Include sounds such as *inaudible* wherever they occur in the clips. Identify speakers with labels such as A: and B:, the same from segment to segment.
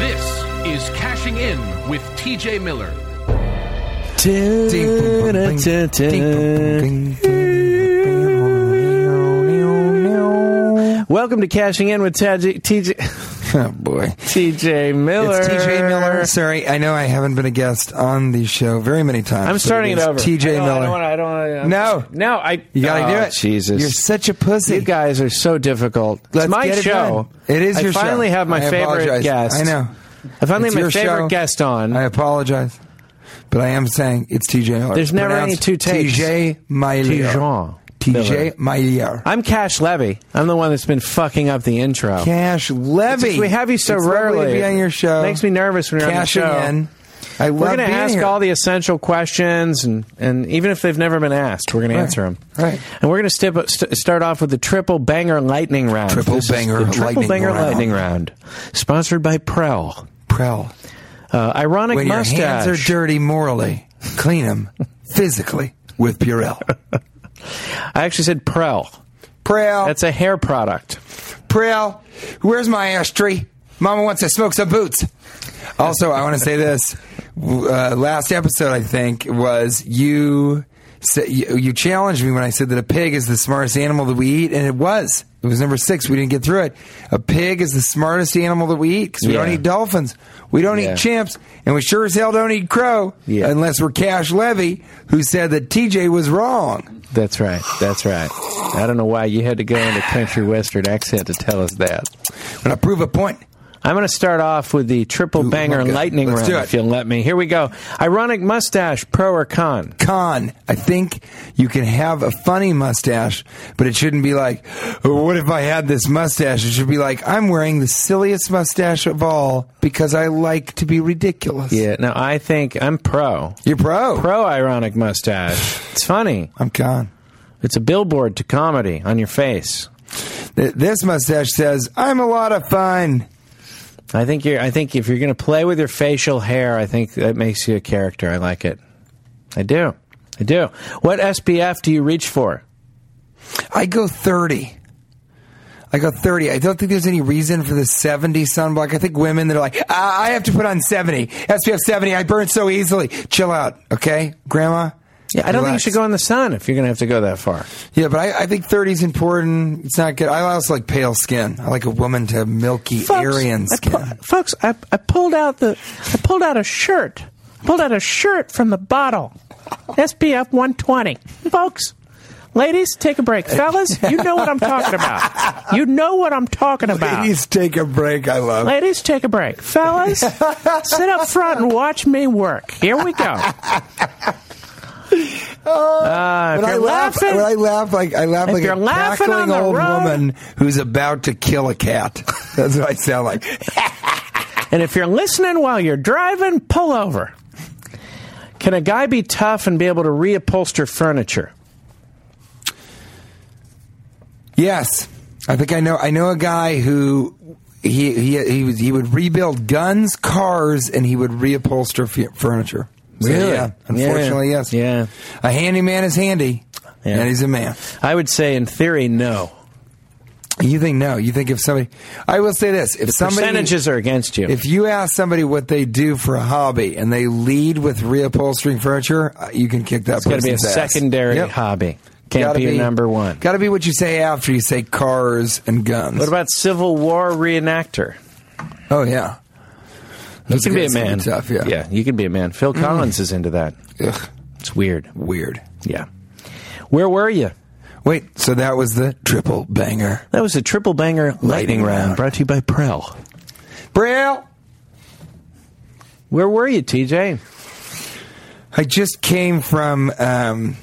A: This is Cashing In with TJ Miller.
B: Oh,
C: Welcome to Cashing In with TJ TJ,
B: Oh boy.
C: TJ Miller.
B: It's TJ Miller. Sorry, I know I haven't been a guest on the show very many times.
C: I'm
B: but
C: starting it
B: is
C: over.
B: TJ
C: I don't-
B: Miller.
C: I don't um, want to.
B: No.
C: No, I.
B: you gotta
C: oh,
B: do it.
C: Jesus.
B: You're such a pussy.
C: you guys are so difficult.
B: Let's
C: it's my
B: get it
C: show.
B: done. It is
C: I
B: your show.
C: finally have my
B: I
C: favorite
B: apologize.
C: guest.
B: I know.
C: I finally have
B: It's
C: my
B: your
C: favorite
B: show.
C: guest on.
B: I apologize. But I am saying it's TJ Miller.
C: There's never any
B: Pronounced
C: two takes.
B: TJ Miller.
C: TJ Miller.
B: TJ Miller.
C: I'm Cash Levy. I'm the one that's been fucking up the intro.
B: Cash Levy.
C: Since we have you so
B: It's
C: rarely.
B: Lovely to be on your show.
C: Makes me nervous when you're on the
B: Cashing
C: show.
B: in. I love
C: We're going to
B: being
C: ask
B: here.
C: all the essential questions, and, and even if they've never been asked, we're going to
B: Right.
C: answer them.
B: Right.
C: And we're going to step, st- start off with the triple banger lightning round.
B: Triple
C: This is
B: banger
C: the triple
B: lightning
C: banger
B: round.
C: lightning round, sponsored by Prel.
B: Prell.
C: Uh, ironic
B: when
C: mustache.
B: your hands are dirty morally, clean them physically
C: *laughs*
B: with Purell.
C: I actually said Prel.
B: Prell,
C: That's a hair product.
B: Prell, where's my ashtray? Mama wants to smoke some boots. Also, I want to say this. Uh, last episode, I think, was you, sa- you you challenged me when I said that a pig is the smartest animal that we eat, and it was. It was number six. We didn't get through it. A pig is the smartest animal that we eat because we don't
C: Yeah.
B: eat dolphins. We don't
C: Yeah.
B: eat chimps, and we sure as hell don't eat crow
C: Yeah.
B: unless we're Cash Levy, who said that TJ was wrong.
C: That's right. That's right. I don't know why you had to go into country western accent to tell us that.
B: When I prove a point,
C: I'm going to start off with the triple
B: Ooh,
C: banger
B: my God.
C: lightning
B: Let's
C: round,
B: do it.
C: if you'll let me. Here we go. Ironic mustache, pro or con?
B: con. I think you can have a funny mustache, but it shouldn't be like, "Oh, what if I had this mustache? It should be like, I'm wearing the silliest mustache of all because I like to be ridiculous.
C: Yeah. Now I think I'm pro.
B: You're pro.
C: Pro ironic mustache. It's funny.
B: I'm con.
C: It's a billboard to comedy on your face.
B: Th- This mustache says, I'm a lot of fun.
C: I think you're. I think if you're going to play with your facial hair, I think that makes you a character. I like it. I do. I do. What SPF do you reach for?
B: I go 30. I go 30. I don't think there's any reason for the 70 sunblock. I think women that are like, I I have to put on 70. SPF 70. I burn so easily. Chill out, okay, Grandma?
C: Yeah, I don't think you
B: Relax.
C: should go in the sun if you're going to have to go that far.
B: Yeah, but I, I think 30 is important. It's not good. I also like pale skin. I like a woman to have milky Aryan
C: I
B: skin.
C: pu- folks, I, I pulled out the, I pulled out a shirt, pulled out a shirt from the bottle, SPF 120. Folks, ladies, take a break. Fellas, you know what I'm talking about. You know what I'm talking about.
B: Ladies, take a break. I love.
C: Ladies, take a break. Fellas, sit up front and watch me work. Here we go. Uh, if
B: Oh, When
C: Uh, you're
B: I laugh,
C: laughing,
B: when I laugh like I laugh
C: If
B: like
C: you're
B: a
C: laughing on
B: cackling
C: the
B: old
C: road-
B: woman who's about to kill a cat. *laughs* That's what I sound like.
C: And if you're listening while you're driving, pull over. Can a guy be tough and be able to reupholster furniture?
B: Yes, I think I know. I know a guy who he he he, was, he would rebuild guns, cars, and he would reupholster fu- furniture. So,
C: Really?
B: yeah, unfortunately,
C: Yeah.
B: yes.
C: Yeah.
B: a handyman is handy,
C: Yeah.
B: and he's a man.
C: I would say, in theory, no.
B: You think no? You think if somebody? I will say this: if somebody
C: Percentages are against you.
B: if you ask somebody what they do for a hobby and they lead with reupholstering furniture, uh, you can kick that.
C: it's got to be a
B: person's ass.
C: secondary
B: Yep.
C: hobby. Can't
B: Gotta
C: be, your number one.
B: Got to be what you say after you say cars and guns.
C: What about Civil War reenactor?
B: Oh yeah,
C: You
B: Those
C: can be a
B: guys
C: man.
B: Tough, yeah. Mm.
C: you can be a man. Phil Collins is into that.
B: Ugh,
C: It's weird.
B: weird.
C: Yeah. Where were you?
B: Wait, so that was the triple banger.
C: That was a triple banger lightning,
B: Lightning
C: round,
B: round.
C: brought to you by Prel.
B: Braille.
C: Where were you, TJ?
B: I just came from. Um,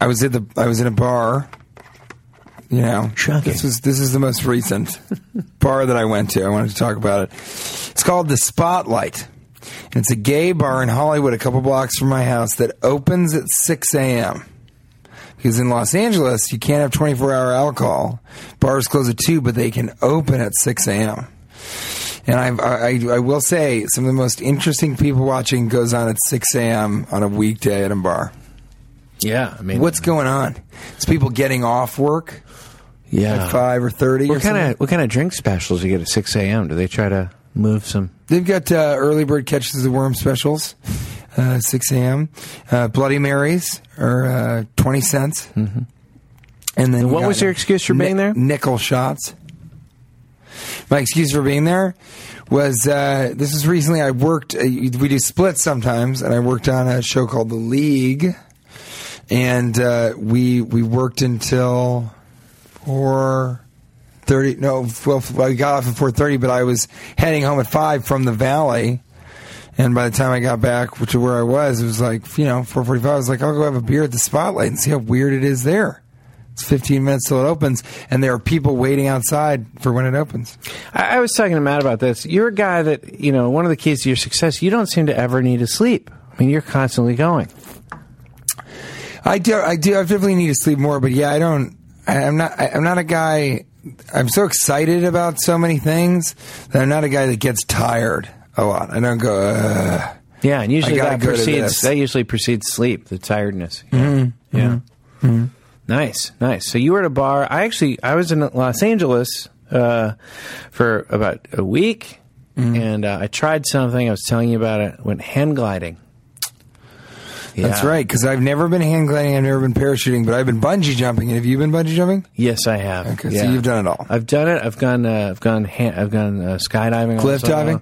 B: I was at the. I was in a bar you know,
C: Shocking.
B: this was this is the most recent bar that I went to. I wanted to talk about it. It's called the Spotlight. And it's a gay bar in Hollywood, a couple blocks from my house, that opens at six a.m. Because in Los Angeles, you can't have twenty-four hour alcohol. Bars close at two, but they can open at six a.m. And I've, I, I- I will say, some of the most interesting people watching goes on at 6 a.m. on a weekday at a bar.
C: Yeah, I mean,
B: What's going on? It's people getting off work
C: yeah?
B: at 5 or 30.
C: Uh, What kind of what kind of drink specials do you get at six a.m.? Do they try to move some?
B: They've got uh, early bird catches the worm specials, uh, 6 a.m. Uh, Bloody Marys are uh, 20 cents. Mm-hmm. And then
C: what
B: you
C: was
B: got
C: your excuse for being there?
B: Nickel shots. My excuse for being there was uh, this was recently. I worked. Uh, we do splits sometimes, and I worked on a show called The League, and uh, we we worked until four thirty. No, well, I got off at four thirty, but I was heading home at five from the Valley. And by the time I got back to where I was, it was like you know four forty-five. I was like, I'll go have a beer at the Spotlight and see how weird it is there. It's 15 minutes till it opens, and there are people waiting outside for when it opens.
C: I, I was talking to Matt about this. You're a guy that you know. One of the keys to your success, you don't seem to ever need to sleep. I mean, you're constantly going.
B: I do, I do, I definitely need to sleep more, but yeah, I don't, I, I'm not, I, I'm not a guy, I'm so excited about so many things that I'm not a guy that gets tired a lot. I don't go, uh, Ugh.
C: Yeah, and usually
B: gotta
C: that
B: go to
C: precedes
B: this.
C: that usually precedes sleep, the tiredness. Yeah. yeah. Mm-hmm. Nice, nice. So you were at a bar. I actually I was in Los Angeles uh, for about a week, and uh, I tried something. I was telling you about it. Went hand gliding.
B: that's
C: Yeah.
B: right, because I've never been hand gliding, I've never been parachuting, but I've been bungee jumping. And have you been bungee jumping?
C: Yes, I have.
B: Okay, so you've done it all.
C: I've done it. I've gone. Uh, I've gone. Ha- I've gone uh, skydiving.
B: Cliff
C: also.
B: diving?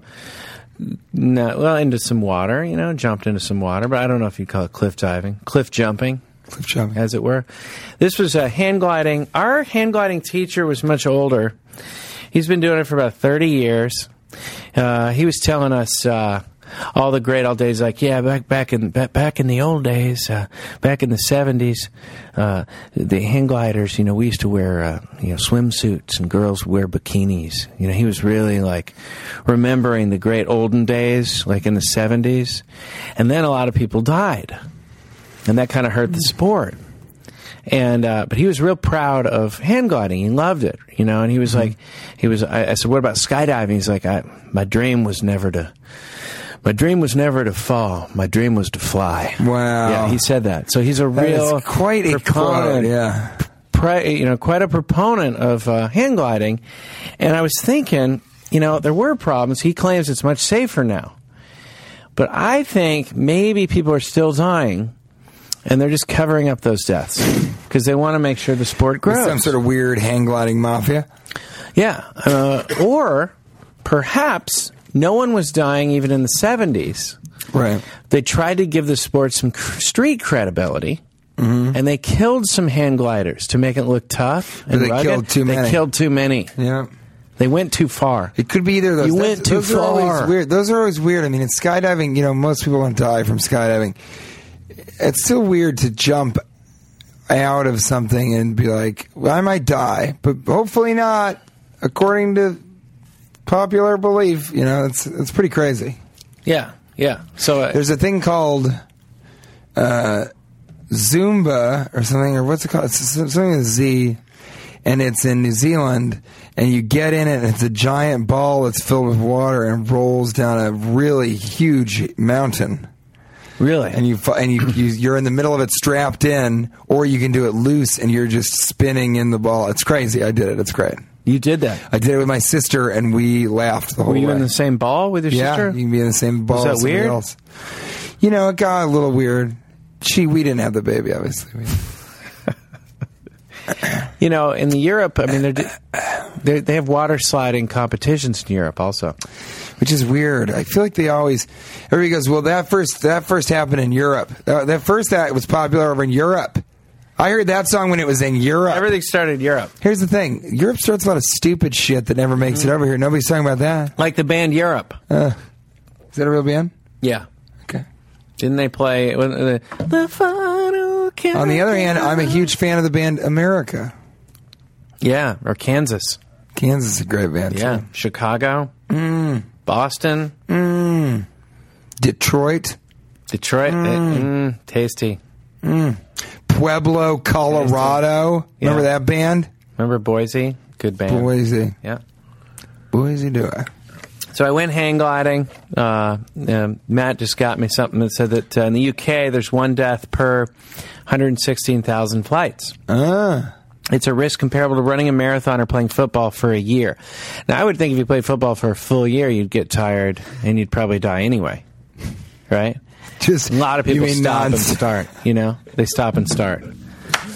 C: No, well, into some water. You know, jumped into some water, but I don't know if you would call it cliff diving, cliff jumping.
B: Cliff jumping.
C: as it were. This was uh, hand gliding. Our hand gliding teacher was much older. He's been doing it for about 30 years. Uh, he was telling us uh, all the great old days, like, yeah, back back in back, back in the old days, uh, back in the 70s, uh, the hand gliders, you know, we used to wear uh, you know swimsuits and girls wear bikinis. You know, he was really like remembering the great olden days, like in the 70s, and then a lot of people died and that kind of hurt the sport. And uh, but he was real proud of hand gliding. He loved it, you know. And he
B: Mm-hmm.
C: was like, he was. I, I said, "What about skydiving?" He's like, I, "My dream was never to, my dream was never to fall. My dream was to fly."
B: Wow.
C: Yeah, he said that. So he's a
B: That is
C: real
B: quite a quote,
C: proponent
B: yeah.
C: pri- you know, quite a proponent of uh, hand gliding, and I was thinking, you know, there were problems. He claims it's much safer now, but I think maybe people are still dying, and they're just covering up those
B: *laughs*
C: deaths because they want to make sure the sport
B: With
C: grows.
B: Some sort of weird hang gliding mafia.
C: yeah, uh, or perhaps no one was dying even in the seventies.
B: Right.
C: They tried to give the sport some cr- street credibility.
B: Mm-hmm.
C: And they killed some hand gliders to make it look tough. And
B: they
C: rugged.
B: killed too
C: They
B: many.
C: killed too many.
B: Yeah.
C: They went too far.
B: It could be either of those.
C: You
B: That's-
C: went too
B: those Are always
C: far.
B: weird. Those are always weird. I mean, in skydiving, you know, most people don't die from skydiving. It's still weird to jump out of something and be like, well, I might die, but hopefully not, according to popular belief. You know, it's it's pretty crazy.
C: Yeah, yeah. So uh,
B: There's a thing called uh, Zumba or something, or what's it called? It's something with a Z, and it's in New Zealand. And you get in it, and it's a giant ball that's filled with water and rolls down a really huge mountain.
C: really,
B: And you fi- and you, you you're in the middle of it, strapped in, or you can do it loose, and you're just spinning in the ball. It's crazy. I did it. It's great.
C: you did that.
B: I did it with my sister, and we laughed the whole
C: Were you
B: way.
C: in the same ball with your
B: Yeah,
C: sister?
B: you can be in the same ball.
C: that
B: as somebody
C: weird?
B: Else. You know, it got a little weird. She, we didn't have the baby, obviously. We-
C: You know, in the Europe, I mean, they're, d- they're, they have water sliding competitions in Europe also.
B: which is weird. I feel like they always. Everybody goes, well, that first that first happened in Europe. Uh, that first that was popular over in Europe. I heard that song when it was in Europe.
C: Everything started in Europe,
B: Here's the thing: Europe starts a lot of stupid shit that never makes it
C: Mm-hmm.
B: over here. Nobody's talking about that.
C: like the band Europe.
B: Is that a real band?
C: yeah,
B: Okay.
C: didn't they play it was, uh, the final?
B: On the other hand, I'm a huge fan of the band America.
C: Yeah, or Kansas.
B: Kansas is a great band. too.
C: Yeah, Chicago,
B: Mm.
C: Boston,
B: Detroit,
C: Detroit. It- mm, tasty.
B: Pueblo, Colorado. Remember
C: Yeah.
B: that band?
C: Remember Boise? Good band.
B: Boise.
C: Yeah.
B: Boise, do I? *laughs*
C: So I went hang gliding. Uh, um, Matt just got me something that said that uh, in the UK there's one death per 116,000 flights.
B: Ah.
C: It's a risk comparable to running a marathon or playing football for a year. Now I would think if you played football for a full year, you'd get tired and you'd probably die anyway, right?
B: Just
C: A lot of people
B: you mean
C: stop and *laughs*
B: non-
C: start. You know, they stop and start.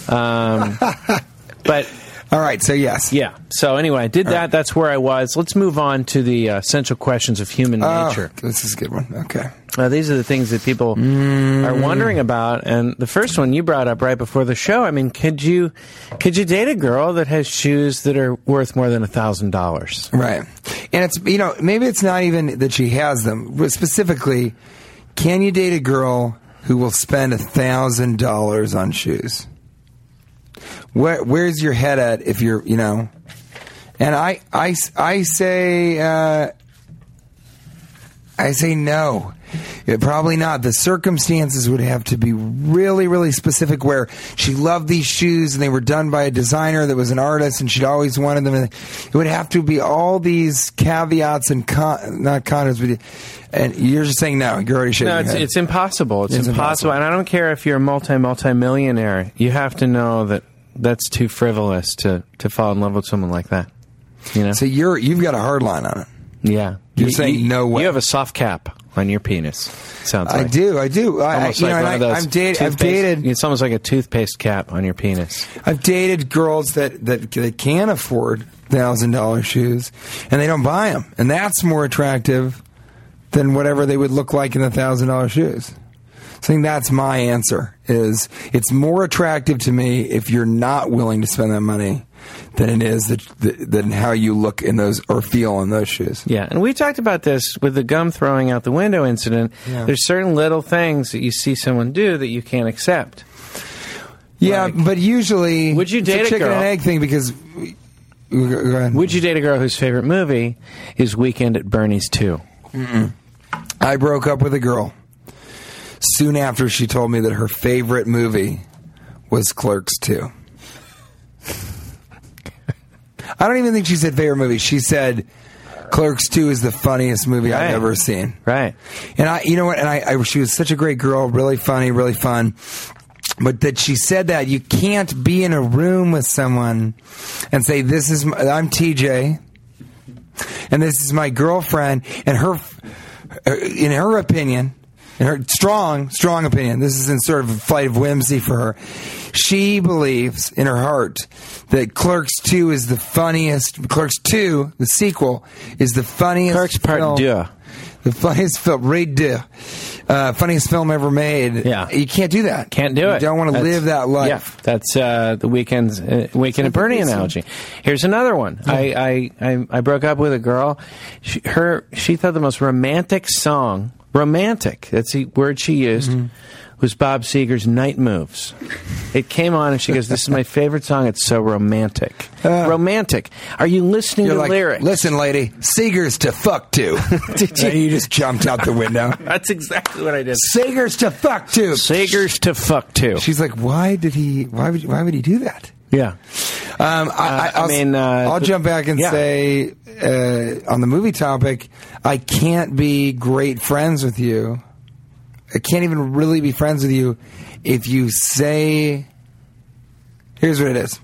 C: Um,
B: *laughs*
C: but
B: All right, so yes.
C: yeah. So anyway, I did that. That's where I was. Let's move on to the uh, essential questions of human
B: Oh,
C: nature.
B: this is a good one. Okay.
C: Uh, these are the things that people are
B: Mm.
C: wondering about, and the first one you brought up right before the show. I mean, could you could you date a girl that has shoes that are worth more than a thousand dollars?
B: Right. And it's, you know, maybe it's not even that she has them. But Specifically, can you date a girl who will spend $1,000 on shoes? Where, where's your head at if you're, you know? And I, I, I say, uh, I say no. Yeah, probably not. The circumstances would have to be really, really specific where she loved these shoes and they were done by a designer that was an artist and she'd always wanted them. And It would have to be all these caveats and con- not condoms, but and you're just saying no. You're already shaking
C: No,
B: your
C: it's
B: head.
C: it's impossible. It's,
B: It's
C: impossible.
B: impossible.
C: and I don't care if you're a multi multi millionaire. You have to know that that's too frivolous to to fall in love with someone like that. You know?
B: so you're, you've got a hard line on it.
C: yeah.
B: You're
C: You-
B: saying
C: you-
B: no way.
C: You have a soft cap on your penis. Sounds
B: I
C: like.
B: do, I do. I, I-
C: Almost
B: you
C: like
B: know, and
C: one of
B: I,
C: those
B: I'm dated, I've
C: toothpaste-
B: dated,
C: It's almost like a toothpaste cap on your penis.
B: I've dated girls that that, that can afford thousand dollar shoes, and they don't buy them, and that's more attractive than whatever they would look like in the thousand dollar shoes. So I think that's my answer. Is it's more attractive to me if you're not willing to spend that money than it is that, that, than how you look in those or feel in those shoes.
C: Yeah, and we talked about this with the gum throwing out the window incident.
B: Yeah.
C: There's certain little things that you see someone do that you can't accept.
B: Yeah,
C: Like-
B: but usually
C: Would you
B: it's a
C: date a
B: chicken and
C: girl-
B: egg thing because. Go ahead.
C: Would you date a girl whose favorite movie is Weekend at Bernie's 2?
B: I broke up with a girl soon after she told me that her favorite movie was Clerks 2. I don't even think she said favorite movie. She said Clerks 2 is the funniest movie
C: Right.
B: I've ever seen.
C: Right.
B: And I, you know what? And I, I, she was such a great girl, really funny, really fun. But that she said that you can't be in a room with someone and say, "This is my, I'm TJ, and this is my girlfriend," and her, uh, in her opinion, in her strong, strong opinion, this is in sort of a flight of whimsy for her. She believes in her heart that Clerks Two is the funniest. Clerks Two, the sequel, is the funniest.
C: Clerks Part
B: film-
C: Deux.
B: the funniest film, Ray Deux, uh, funniest film ever made.
C: Yeah.
B: you can't do that.
C: Can't do
B: you
C: it.
B: Don't want to
C: That's-
B: live that life.
C: Yeah, that's uh, the weekend's uh, weekend at Bernie analogy. Here's another one. I, I, I I broke up with a girl. She, her she thought the most romantic song, romantic. That's the word she used.
B: Mm-hmm.
C: Was Bob Seger's "Night Moves"? It came on, and she goes, "This is my favorite song. It's so romantic, romantic." Are you listening
B: Uh, You're
C: to
B: like,
C: lyrics?
B: listen, lady, Seeger's to fuck to.
C: *laughs* Did you-
B: And you just jumped out
C: *laughs*
B: the window.
C: That's exactly what I did.
B: Seeger's to fuck to.
C: Seger's to fuck too.
B: She's like, why did he? Why would? Why would he do that?
C: Yeah,
B: Um, I, I,
C: Uh, I
B: I'll,
C: mean, uh,
B: I'll
C: the-
B: jump back and
C: yeah.
B: say uh, on the movie topic, I can't be great friends with you. I can't even really be friends with you if you say. Here's what it is.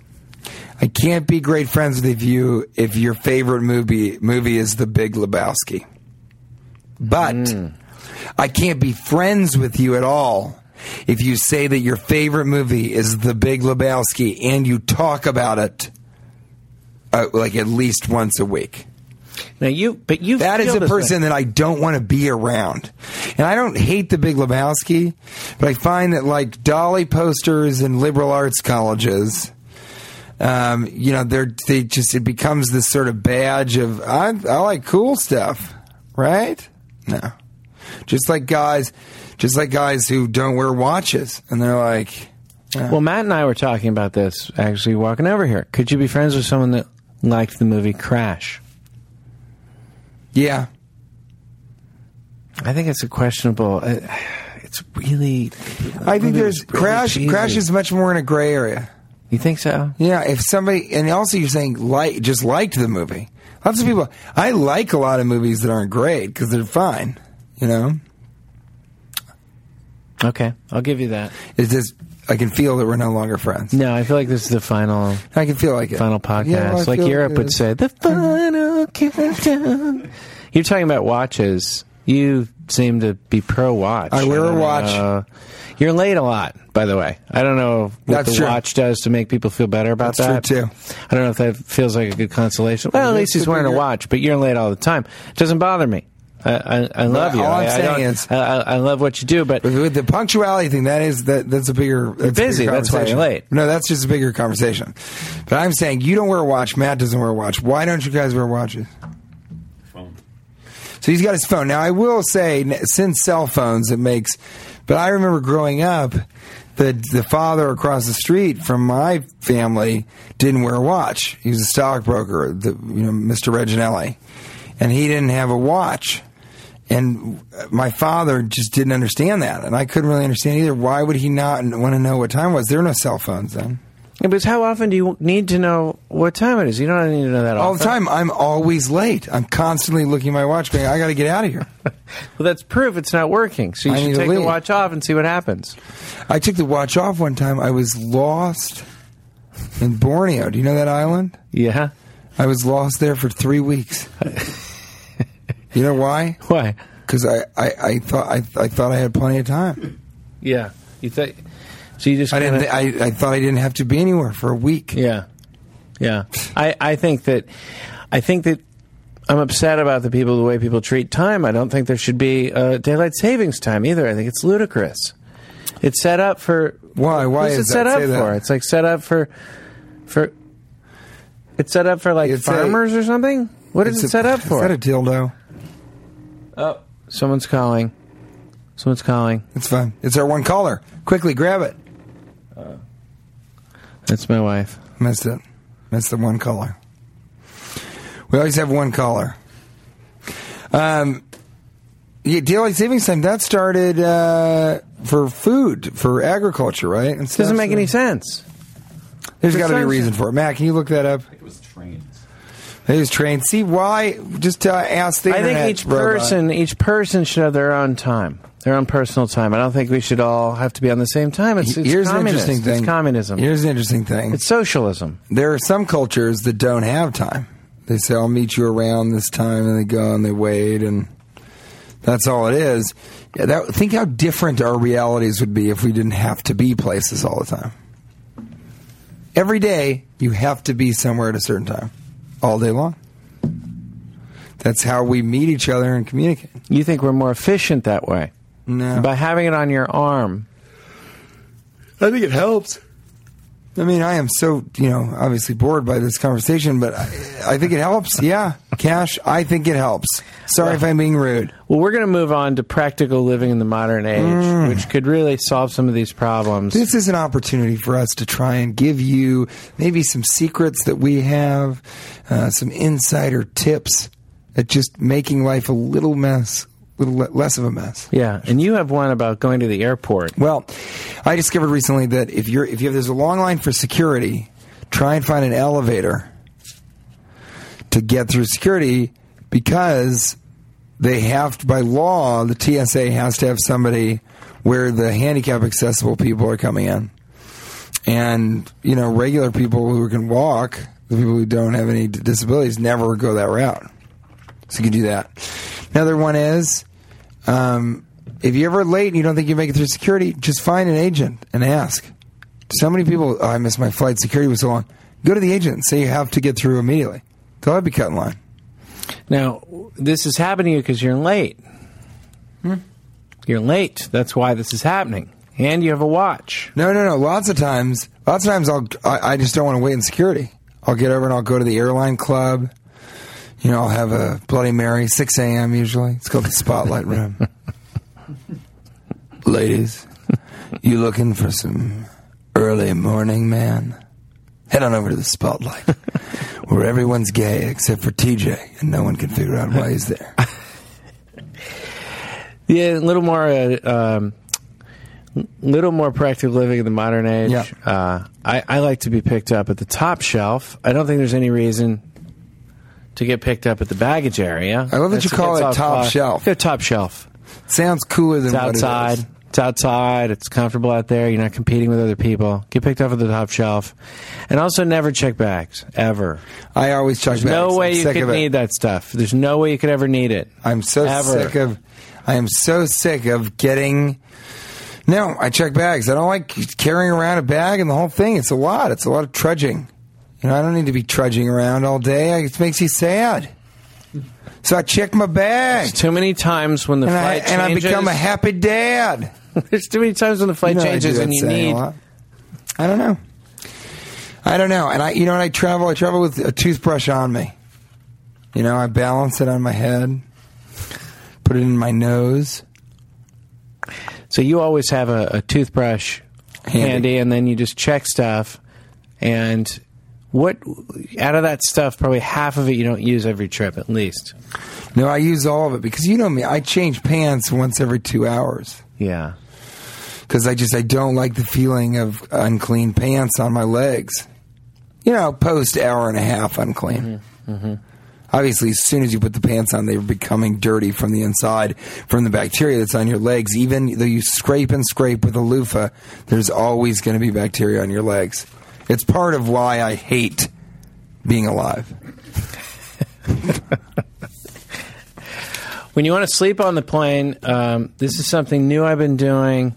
B: I can't be great friends with you if your favorite movie movie is The Big Lebowski. But
C: Hmm.
B: I can't be friends with you at all if you say that your favorite movie is The Big Lebowski and you talk about it uh, like at least once a week.
C: now you, but you.
B: That is
C: feel
B: a
C: this way.
B: person that I don't want to be around. And I don't hate the Big Lebowski, but I find that like Dolly posters in liberal arts colleges, um, you know, they're they just it becomes this sort of badge of I, I like cool stuff, right? No, just like guys, just like guys who don't wear watches, and they're like,
C: Well, Matt and I were talking about this actually walking over here. Could you be friends with someone that liked the movie Crash?
B: Yeah.
C: I think it's a questionable. Uh, it's really.
B: I think
C: movie
B: there's
C: was really
B: crash.
C: cheesy.
B: Crash is much more in a gray area.
C: You think so?
B: Yeah, if somebody and also you're saying like just liked the movie. Lots of people. I like a lot of movies that aren't great because they're fine. You know,
C: Okay, I'll give you that.
B: it's just I can feel that we're no longer friends.
C: No, I feel like this is the final
B: I can feel like it.
C: final podcast.
B: Yeah, I
C: like
B: feel
C: Europe
B: it
C: would
B: is.
C: say, the final countdown. You're talking about watches. You seem to be pro watch.
B: I wear a
C: don't
B: watch.
C: know. You're late a lot, by the way. I don't know what
B: That's
C: the
B: true.
C: watch does to make people feel better about
B: That's
C: that.
B: true, too.
C: I don't know if that feels like a good consolation. Well, at
B: Maybe
C: least
B: it's
C: he's
B: a
C: wearing a
B: bigger-
C: watch, but you're late all the time. It doesn't bother me. I, I, I love you.
B: all I'm
C: I, I don't-
B: saying is- Mm-hmm.
C: I, I- I love what you do, but
B: But with the punctuality thing, that is that that's a bigger. That's a bigger
C: busy, that's why you're
B: conversation.
C: late.
B: No, that's just a bigger conversation. But I'm saying you don't wear a watch. Matt doesn't wear a watch. Why don't you guys wear watches? So he's got his phone. Now I will say, n- since cell phones, it makes. But I remember growing up, the the father across the street from my family didn't wear a watch. He was a stockbroker, the, you know, Mr. Reginelli, and he didn't have a watch. And my father just didn't understand that, and I couldn't really understand either. Why would he not want to know what time it was? There were no cell phones then.
C: Yeah, but how often do you need to know what time it is? You don't need to know that
B: All
C: often.
B: the time, I'm always late. I'm constantly looking at my watch, going, "I got to get out of here."
C: Well, that's proof it's not working. So you
B: I need
C: should
B: to
C: take the
B: leave.
C: watch off and see what happens.
B: I took the watch off one time. I was lost in Borneo. Do you know that island?
C: Yeah.
B: I was lost there for three weeks. you know why?
C: Why?
B: Because I, I, I thought I, I thought I had plenty of time.
C: Yeah. You think? So you just
B: I didn't.
C: kinda-
B: Th- I, I thought I didn't have to be anywhere for a week.
C: Yeah. Yeah. I, I think that I think that I'm upset about the people the way people treat time. I don't think there should be uh, daylight savings time either. I think it's ludicrous. It's set up for
B: Why? Why
C: who's
B: is
C: it set
B: that?
C: up
B: Say that.
C: for? It's like set up for for it's set up for like
B: It's a-
C: farmers or something? What is
B: It's
C: it set up for?
B: Is that a dildo?
C: Someone's calling. Someone's calling.
B: It's fine. It's our one caller. Quickly grab it.
C: That's my wife.
B: Missed it. Missed the one caller. We always have one caller. Um, yeah, daylight savings time that started uh, for food for agriculture, right? It
C: Doesn't make any sense.
B: There's got to be a
C: sense.
B: reason for it. Matt, can you look that up?
D: It was trains.
B: It was trained. See why? Just uh, ask the.
C: I think
B: internet
C: each
B: robot.
C: person, each person should have their own time, their own personal time. I don't think we should all have to be on the same time. It's, it's
B: Here's an
C: communist.
B: interesting thing.
C: It's communism.
B: Here's an interesting thing.
C: it's socialism.
B: there are some cultures that don't have time. They say, I'll meet you around this time, and they go and they wait, and that's all it is. Yeah, that, think how different our realities would be if we didn't have to be places all the time. Every day, you have to be somewhere at a certain time, all day long. That's how we meet each other and communicate.
C: You think we're more efficient that way
B: No.
C: by having it on your arm?
B: I think it helps. I mean, I am so you know obviously bored by this conversation, but I, I think it helps. Yeah, Cash, I think it helps. Sorry if I'm being rude.
C: Well, we're going to move on to practical living in the modern age, which could really solve some of these problems.
B: Mm. This is an opportunity for us to try and give you maybe some secrets that we have, uh, some insider tips at just making life a little mess, little le- less of a mess.
C: yeah, and you have one about going to the airport.
B: Well, I discovered recently that if you're if you have there's a long line for security, try and find an elevator to get through security because they have to, by law the TSA has to have somebody where the handicap accessible people are coming in. And you know, regular people who can walk, the people who don't have any d- disabilities never go that route. So you can do that. Another one is um, if you're ever late and you don't think you make it through security, just find an agent and ask. So many people, oh, I missed my flight. Security was so long. Go to the agent and say you have to get through immediately. They'll have you cut in line.
C: Now, this is happening to you because you're late.
B: Hmm?
C: You're late. That's why this is happening. And you have a watch.
B: No, no, no. Lots of times, lots of times, I'll I, I just don't want to wait in security. I'll get over and I'll go to the airline club. You know, I'll have a Bloody Mary, six a.m. Usually, it's called the Spotlight Room.
C: *laughs*
B: Ladies, you looking for some early morning man. Head on over to the spotlight,
C: *laughs*
B: where everyone's gay except for TJ, and no one can figure out why
C: *laughs*
B: he's there.
C: Yeah, a little more, uh, um, little more practical living in the modern age.
B: Yeah.
C: Uh, I, I like to be picked up at the top shelf. I don't think there's any reason to get picked up at the baggage area.
B: I love that you call
C: it's
B: it
C: all
B: top
C: cla-
B: shelf.
C: Yeah, top shelf.
B: Sounds cooler than
C: It's
B: what it is.
C: outside. It's outside. It's comfortable out there. You're not competing with other people. Get picked up at the top shelf, and also never check bags ever.
B: I always chuck bags.
C: No
B: I'm
C: way you
B: sick
C: could
B: of it.
C: need that stuff. There's no way you could ever need it.
B: I'm so
C: Ever.
B: sick of. I am so sick of getting. No, I check bags. I don't like carrying around a bag and the whole thing. It's a lot. It's a lot of trudging. You know, I don't need to be trudging around all day. It makes you sad. So I check my bag,
C: Too many times when the
B: and I
C: flight
B: and I
C: changes. *laughs*
B: become a happy dad.
C: There's too many times when the flight
B: You know I do
C: changes
B: that
C: and you
B: saying
C: need.
B: a lot. I don't know. I don't know. And I, you know, and I travel. I travel with a toothbrush on me. You know, I balance it on my head, put it in my nose.
C: So you always have a, a toothbrush handy.
B: Handy.
C: and then you just check stuff. And what out of that stuff, probably half of it you don't use every trip, at least.
B: No, I use all of it because you know me. I change pants once every two hours
C: Yeah.
B: because I just I don't like the feeling of unclean pants on my legs. You know, post hour and a half unclean.
C: Mm-hmm.
B: Obviously, as soon as you put the pants on, they're becoming dirty from the inside, from the bacteria that's on your legs. Even though you scrape and scrape with a loofah, there's always going to be bacteria on your legs. It's part of why I hate being alive.
C: When you want to sleep on the plane, um, this is something new I've been doing.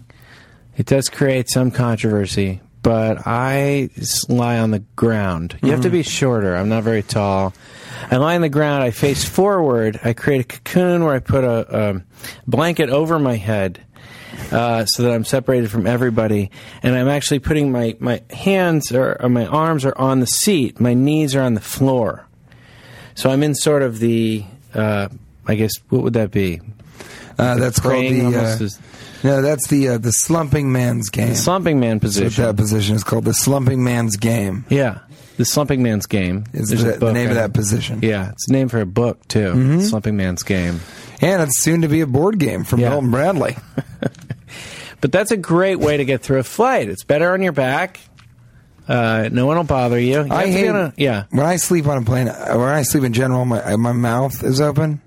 C: It does create some controversy, but I s- lie on the ground. You have to be shorter. I'm not very tall. I lie on the ground. I face forward. I create a cocoon where I put a, um blanket over my head uh, so that I'm separated from everybody. And I'm actually putting my, my hands or, or my arms are on the seat, my knees are on the floor. So I'm in sort of the, uh, I guess, what would that be?
B: Uh, that's called
C: Praying
B: the
C: almost
B: uh,
C: is-
B: no. That's the uh, the slumping man's game.
C: The slumping man
B: That's what
C: position.
B: that position is called. The slumping man's game
C: yeah. The slumping man's game.
B: is
C: There's
B: the,
C: a
B: the
C: book
B: name of
C: I-
B: that position. Mm-hmm.
C: Yeah, it's named for a book too. Slumping man's game.
B: And it's soon to be a board game from
C: Yeah. *laughs*
B: Milton Bradley.
C: But that's a great way to get through a flight. It's better on your back. Uh, no one will bother you. You have to
B: I
C: be
B: hate
C: on a- yeah.
B: when I sleep on a plane. uh, When I sleep in general, my uh, my mouth is open.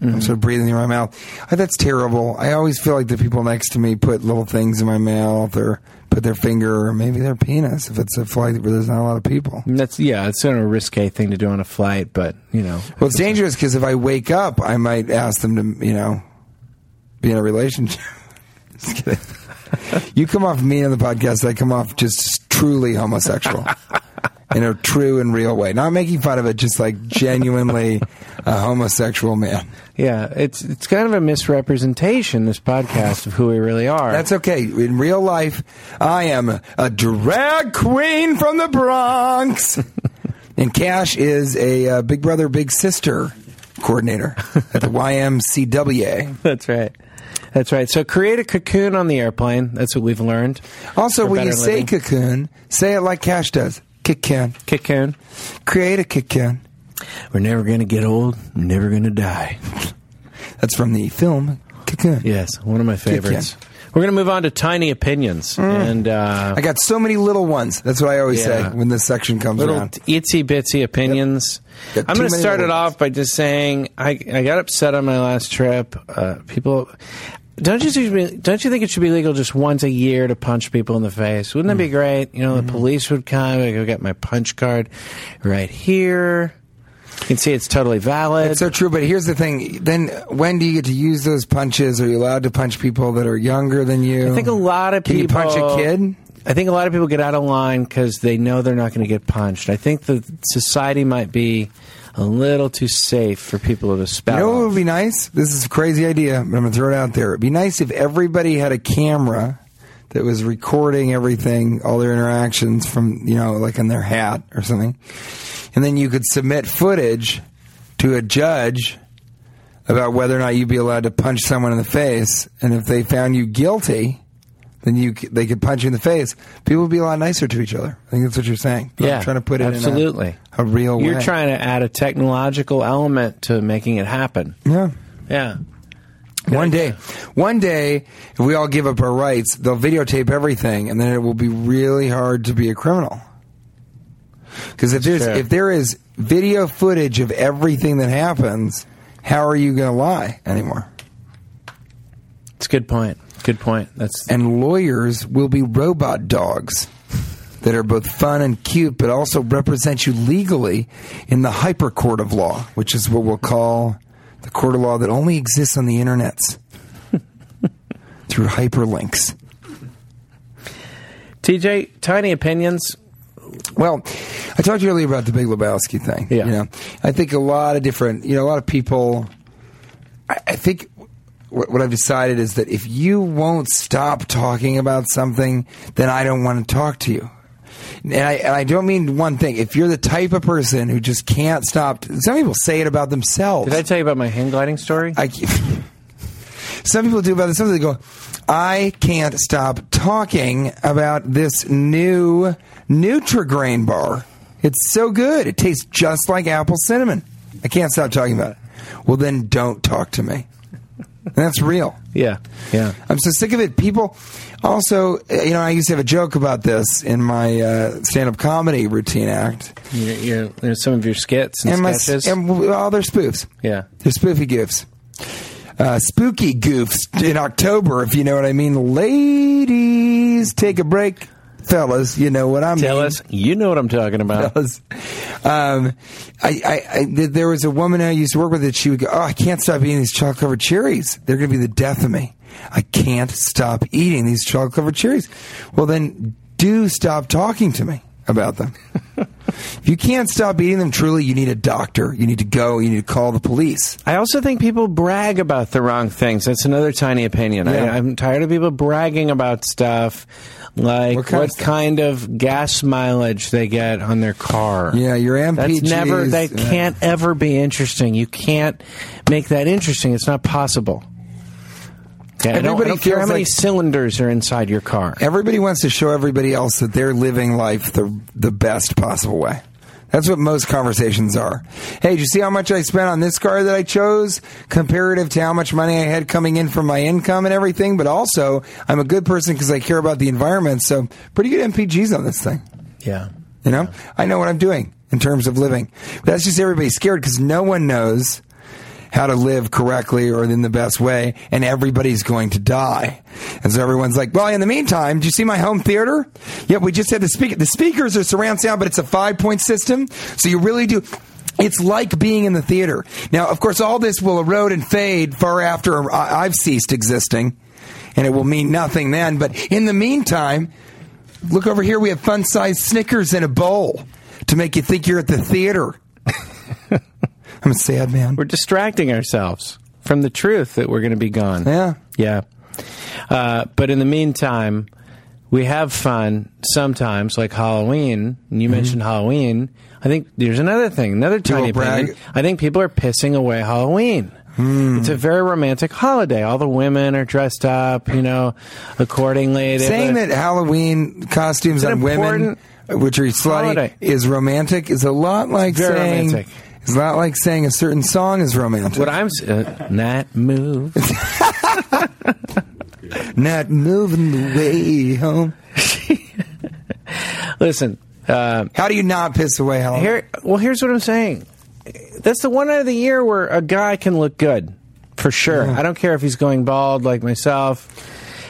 C: Mm-hmm.
B: I'm sort of breathing through my mouth. Uh, that's terrible. I always feel like the people next to me put little things in my mouth or put their finger or maybe their penis if it's a flight where there's not a lot of people.
C: And That's yeah. It's sort of a risque thing to do on a flight, but you know,
B: Well, it's dangerous because if I wake up, I might ask them to, you know, be in a relationship. *laughs* Just kidding. you come off mean on the podcast. I come off just truly homosexual in a true and real way. Not making fun of it, just like genuinely a homosexual man.
C: yeah. It's it's kind of a misrepresentation this podcast of who we really are.
B: That's okay. In real life, I am a drag queen from the Bronx. and Cash is a uh, Big Brother, Big Sister coordinator at the YMCWA.
C: That's right. That's right. So create a cocoon on the airplane. That's what we've learned.
B: Also,
C: for
B: when you
C: better
B: say
C: living.
B: cocoon, say it like Cash does. Cocoon.
C: cocoon,
B: Create a cocoon.
C: we're never going to get old. We're never going to die.
B: That's from the film Cocoon.
C: Yes, one of my favorites. We're going to move on to tiny opinions and uh,
B: I got so many little ones. That's what I always
C: Yeah.
B: say when this section comes
C: little
B: around.
C: itsy bitsy opinions.
B: Got
C: I'm
B: too
C: going to
B: many
C: start it
B: little ones.
C: off by just saying I, I got upset on my last trip. Uh, people. Don't you, think, don't you think it should be legal just once a year to punch people in the face? Wouldn't that be great? You know, the police would come. I go get my punch card right here. You can see it's totally valid.
B: It's so true, but here's the thing. Then when do you get to use those punches? Are you allowed to punch people that are younger than you?
C: I think a lot of
B: Can you
C: people
B: punch a kid?
C: I think a lot of people get out of line because they know they're not going to get punched. I think the society might be a little too safe for people to spout.
B: You know what
C: off.
B: would be nice? This is a crazy idea, but I'm going to throw it out there. It'd be nice if everybody had a camera that was recording everything, all their interactions from, you know, like in their hat or something. And then you could submit footage to a judge about whether or not you'd be allowed to punch someone in the face. And if they found you guilty, then you c- they could punch you in the face. People would be a lot nicer to each other. I think that's what you're saying. I'm
C: Yeah,
B: trying to put it
C: absolutely.
B: in a, a real
C: You're
B: way.
C: trying to add a technological element to making it happen.
B: Yeah.
C: Yeah.
B: One day, one day, if we all give up our rights, they'll videotape everything, and then it will be really hard to be a criminal. Because if there's
C: true.
B: if there is video footage of everything that happens, how are you going to lie anymore?
C: It's a good point. Good point. That's
B: And lawyers will be robot dogs that are both fun and cute, but also represent you legally in the hyper court of law, which is what we'll call the court of law that only exists on the internets *laughs* through hyperlinks.
C: TJ. Tiny opinions.
B: Well, I talked to you earlier about the Big Lebowski thing.
C: Yeah.
B: You know, I think a lot of different, you know, a lot of people. I, I think what, what I've decided is that if you won't stop talking about something, then I don't want to talk to you. And I, and I don't mean one thing. If you're the type of person who just can't stop, some people say it about themselves.
C: Did I tell you about my hang gliding story?
B: I can't- some people do about this. Some people go, I can't stop talking about this new Nutrigrain bar. It's so good. It tastes just like apple cinnamon. I can't stop talking about it. Well, then don't talk to me. And that's real.
C: yeah. Yeah.
B: I'm so sick of it. People also, uh, you know, I used to have a joke about this in my uh, stand up comedy routine act.
C: Your, your, your- some of your skits and,
B: And, my,
C: sketches.
B: and all their spoofs.
C: yeah.
B: They're spoofy goofs. Uh, spooky goofs in October, if you know what I mean. Ladies, take a break. Fellas, you know what I mean.
C: Tell us. You know what I'm talking about.
B: Fellas. Um, I, I, I, th- there was a woman I used to work with that she would go, Oh, I can't stop eating these chocolate covered cherries. They're going to be the death of me. I can't stop eating these chocolate covered cherries. Well, then do stop talking to me
C: *laughs*
B: about them. if you can't stop eating them, truly, you need a doctor. You need to go, you need to call the police.
C: I also think people brag about the wrong things. That's another tiny opinion.
B: Yeah.
C: I, I'm tired of people bragging about stuff like
B: What
C: what,
B: kind of
C: kind,
B: stuff?
C: of gas mileage they get on their car.
B: Yeah, your
C: That's
B: MPGs.
C: never. They
B: uh,
C: can't ever be interesting. You can't make that interesting. It's not possible. Okay, I don't, I
B: Everybody
C: don't care how
B: feels
C: many
B: like-
C: cylinders are inside your car.
B: Everybody wants to show everybody else that they're living life the the best possible way. That's what most conversations are. Hey, did you see how much I spent on this car that I chose comparative to how much money I had coming in from my income and everything? But also, I'm a good person because I care about the environment. So, pretty good MPGs on this thing.
C: Yeah.
B: You know, I know what I'm doing in terms of living. That's just everybody's scared because no one knows how to live correctly or in the best way, and everybody's going to die. And so everyone's like, "Well, in the meantime, do you see my home theater? Yep, we just had the speaker. The speakers are surround sound, but it's a five point system, so you really do." It's like being in the theater. Now, of course, all this will erode and fade far after I- I've ceased existing, and it will mean nothing then. But in the meantime, Look over here. We have fun sized Snickers in a bowl to make you think you're at the theater. *laughs* I'm a sad man.
C: We're distracting ourselves from the truth that we're going to be gone.
B: Yeah.
C: Yeah. Uh, but in the meantime, we have fun sometimes, like Halloween. And
B: Mm-hmm.
C: you mentioned Halloween. I think there's another thing, another tiny
B: brag. Hmm.
C: opinion. I think people are pissing away Halloween. It's a very romantic holiday. All the women are dressed up, you know, accordingly. They have
B: Saying
C: a-
B: that Halloween
C: It's
B: costumes
C: an
B: on women,
C: important
B: which are slutty,
C: holiday.
B: is romantic is a lot like
C: Very
B: saying.
C: romantic.
B: It's not like saying a certain song is romantic.
C: what I'm s- uh, not move.
B: *laughs* Not moving the way home.
C: Listen,
B: How do you not piss away Halloween?
C: Here, well, here's what I'm saying. That's the one out of the year where a guy can look good, for sure. I don't care if he's going bald like myself.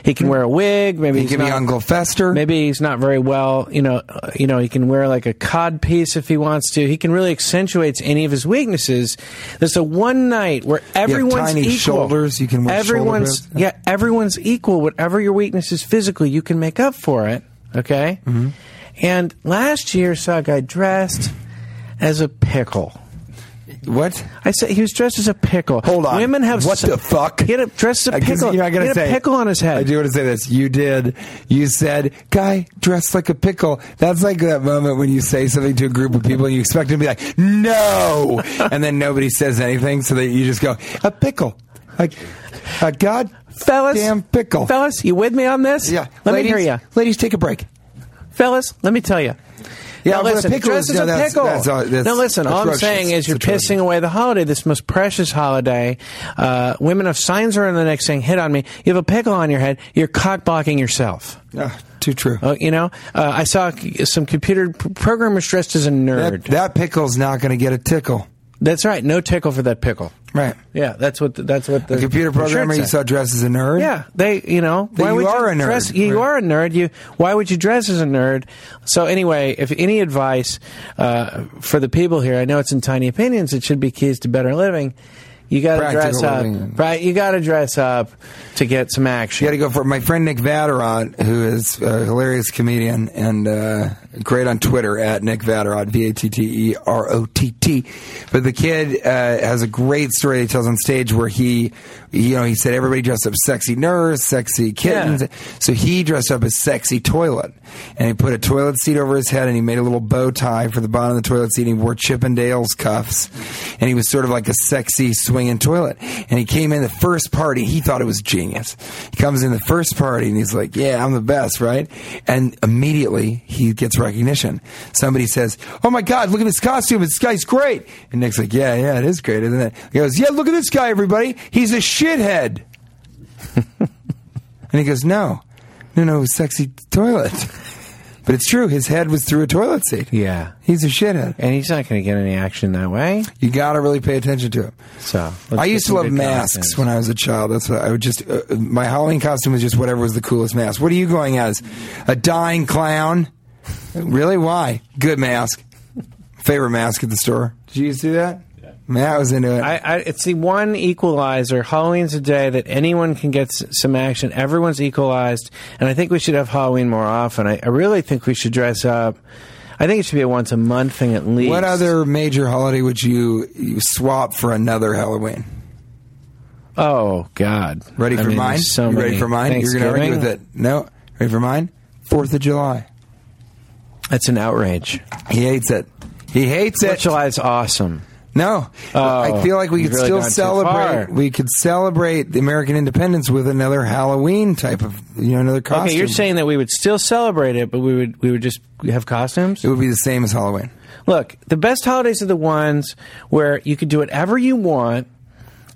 C: He can wear a wig. Maybe
B: you
C: he's
B: give me
C: not-
B: Uncle Fester.
C: Maybe he's not very well. You know, uh, you know, he can wear like a cod piece if he wants to. He can really accentuate any of his weaknesses. There's a one night where everyone's
B: tiny
C: equal.
B: shoulders, you can wear shoulder
C: everyone's
B: pads.
C: yeah, everyone's equal. Whatever your weakness is physically, you can make up for it. Okay.
B: Mm-hmm.
C: And last year, saw a guy dressed as a pickle.
B: What?
C: I said he was dressed as a pickle.
B: Hold on.
C: women have
B: what
C: s-
B: the fuck?
C: He had a, dressed as a
B: I guess
C: pickle.
B: You're not gonna
C: he had
B: say
C: a pickle on his head.
B: I do want to say this. You did. You said, "Guy dressed like a pickle." That's like that moment when you say something to a group of people and
C: *laughs*
B: you expect them to be like, "No," and then nobody says anything, so that you just go, "A pickle." Like a god
C: Fellas,
B: damn pickle.
C: fellas, you with me on this?
B: yeah.
C: Let
B: ladies,
C: me hear you.
B: Ladies, take a break.
C: Fellas, let me tell you.
B: Yeah,
C: now
B: but a
C: listen,
B: pickle
C: dress
B: is-
C: as
B: no,
C: a
B: that's-
C: pickle.
B: that's all- that's
C: now listen, all I'm
B: atrocious.
C: saying is
B: It's
C: you're
B: atrocious.
C: pissing away the holiday, this most precious holiday. Uh, women of signs are in the next thing. Hit on me. You have a pickle on your head. You're cock blocking yourself.
B: Ah, too true.
C: Uh, you know, uh, I saw c- some computer p- programmers dressed as a nerd.
B: that, that pickle's not going to get a tickle.
C: that's right. No tickle for that pickle.
B: Right.
C: Yeah, that's what the, that's what the,
B: A computer
C: the shirt
B: programmer you
C: said.
B: saw dressed as a nerd.
C: Yeah, they. You know,
B: That you
C: would
B: are a nerd.
C: Dress, you, you
B: Right.
C: are a nerd. You. Why would you dress as a nerd? So anyway, if any advice uh, for the people here, I know it's in tiny opinions. It should be keys to better living. You got to
B: Practical
C: dress up,
B: living.
C: right? You got to dress up to get some action.
B: You got to go for it. My friend Nick Vatterott, who is a hilarious comedian and uh, great on Twitter at Nick Vatterott, V A T T E R O T T. But the kid uh, has a great story he tells on stage where he, you know, he said everybody dressed up sexy nurse, sexy kittens.
C: Yeah.
B: So he dressed up as sexy toilet, and he put a toilet seat over his head, and he made a little bow tie for the bottom of the toilet seat. And he wore Chippendales cuffs, and he was sort of like a sexy swinging toilet. And he came in the first party, he thought it was genius. He comes in the first party, and he's like, "Yeah, I'm the best, right?" And immediately he gets recognition. Somebody says, "Oh my God, look at this costume! This guy's great!" And Nick's like, "Yeah, yeah, it is great, isn't it?" He goes, "Yeah, look at this guy, everybody! He's a shithead." *laughs* And he goes, No, no, no, it was sexy toilet. But it's true, his head was through a toilet seat.
C: Yeah,
B: He's a shithead.
C: and he's not going to get any action that way.
B: You gotta really pay attention to him.
C: So let's
B: I
C: get
B: used to
C: some
B: love
C: good
B: masks
C: content.
B: when I was a child. That's what I would just, uh, my Halloween costume was just whatever was the coolest mask. What are you going as? A dying clown? Really? Why? Good mask. Favorite mask at the store. Did you used to do that? Matt was into it.
C: I, I, it's the one equalizer. Halloween's a day that anyone can get s- some action. Everyone's equalized, and I think we should have Halloween more often. I, I really think we should dress up. I think it should be a once a month thing at least.
B: what other major holiday would you, you swap for another Halloween?
C: Oh God!
B: Ready
C: I
B: for
C: mean,
B: mine?
C: there's So
B: you
C: many.
B: ready for mine? You're going to argue
C: Thanksgiving?
B: with it. No. Ready for mine? Fourth of July.
C: That's an outrage.
B: He hates it. He hates
C: Fourth of
B: it.
C: July is awesome.
B: No.
C: Oh,
B: I feel like we
C: you've
B: could
C: really
B: still
C: gone too far.
B: celebrate. We could celebrate the American independence with another Halloween type of, you know, another costume.
C: Okay, you're saying that we would still celebrate it, but we would we would just have costumes.
B: it would be the same as Halloween.
C: Look, the best holidays are the ones where you can do whatever you want